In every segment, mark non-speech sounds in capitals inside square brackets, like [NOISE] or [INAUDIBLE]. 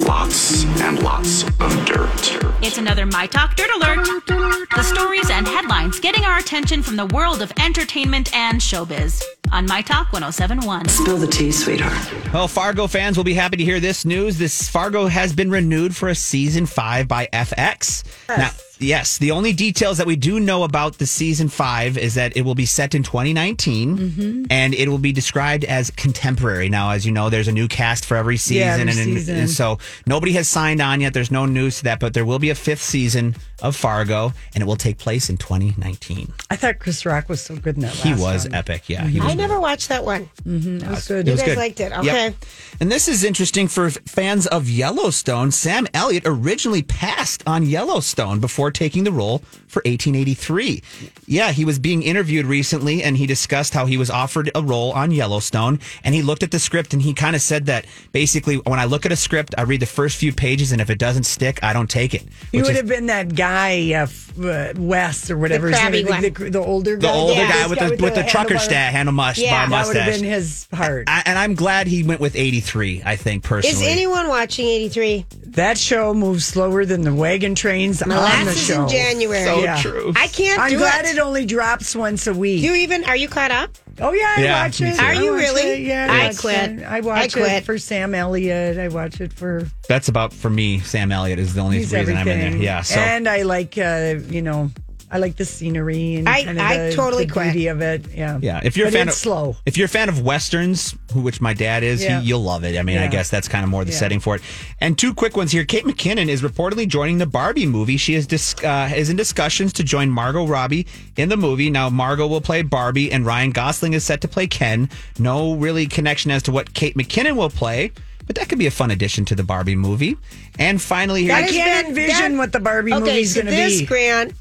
lots and lots of dirt. It's another My Talk Dirt Alert. The stories and headlines getting our attention from the world of entertainment and showbiz on My Talk 1071. Spill the tea, sweetheart. Oh, Fargo fans will be happy to hear this news. This Fargo has been renewed for a season five by FX. Now, yes, the only details that we do know about the season five is that it will be set in 2019 Mm-hmm. and it will be described as contemporary. Now, as you know, there's a new cast for every season, Yeah, every and, and- season. and so nobody has signed on yet. There's no news to that, but there will be a fifth season of Fargo, and it will take place in 2019. I thought Chris Rock was so good in that. He last was one. epic. Yeah, Mm-hmm. he was I never watched that one. That was good. It was guys good. liked it. Yep. Okay. And this is interesting for f- fans of Yellowstone. Sam Elliott originally passed on Yellowstone before taking the role for 1883. Yeah, he was being interviewed recently and he discussed how he was offered a role on Yellowstone and he looked at the script and he kind of said that basically when I look at a script, I read the first few pages and if it doesn't stick, I don't take it. He Which would is- have been that guy, uh, f- uh, West or whatever. his crabby name is, one. the, the, the older guy. the older yeah, guy this with the, with the trucker handlebar. stat, handle mush, Yeah. That would have mustache. been his part. I, and I'm glad he went with 83, I think, personally. Is anyone watching 83? that show moves slower than the wagon trains on the Molasses show. in January. so Yeah. true. I can't I'm do glad it. it. only drops once a week. Do you even are you caught up? oh yeah, I Yeah, watch me it. too. I Are you watch really? it, Yeah, I watch quit. it. I I watch it quit. for Sam Elliott. I watch it for That's about for me. Sam Elliott is the only he's reason I'm in everything. there. Yeah. So and I like uh, you know I like the scenery and I- kind of I the, totally the quit. beauty of it. Yeah, yeah, if you're a But fan it's of slow. if you're a fan of westerns, who which my dad is, Yeah. he, you'll love it. I mean, I Yeah. guess that's kind of more the Yeah. setting for it. And two quick ones here. Kate McKinnon is reportedly joining the Barbie movie. She is dis- uh, is in discussions to join Margot Robbie in the movie. Now Margot will play Barbie, and Ryan Gosling is set to play Ken. No really connection as to what Kate McKinnon will play. But that could be a fun addition to the Barbie movie. And finally, here That I has can't been- envision that- what the Barbie okay, movie's so going to this be. grant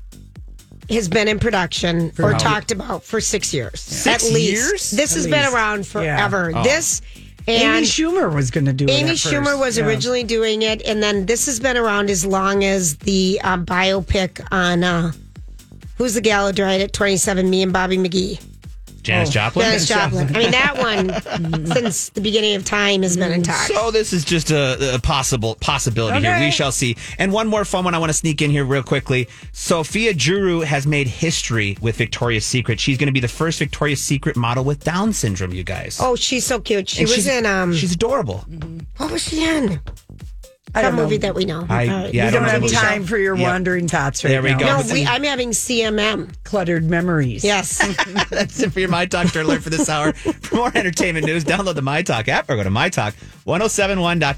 has been in production or how- talked about for six years. Six at least. years? This At has least. Oh. been around forever. This Amy and Schumer was going to do it. Amy at first. Schumer was Yeah. originally doing it, and then this has been around as long as the uh, biopic on uh, who's the gal who died at 27, me and Bobby McGee. Janice Joplin. Janis Joplin. I mean, [LAUGHS] that one since the beginning of time has been in talks. So this is just a, a possible possibility here. Okay. We shall see. And one more fun one I want to sneak in here real quickly. Sophia Juru has made history with Victoria's Secret. She's going to be the first Victoria's Secret model with Down syndrome. You guys. oh, she's so cute. She And was she's- in um. She's adorable. [LAUGHS] What was she in? I Some don't know. movie that we know. I- All right. yeah, You I don't don't know have the movie. time for your Yeah. wandering thoughts right There we now. go. No, but- we, I'm having CMM. Cluttered [LAUGHS] memories. Yes. That's it for your My Talk oh Dirt Alert for this hour. For more entertainment news, download the My Talk app or go to mytalk1071.com.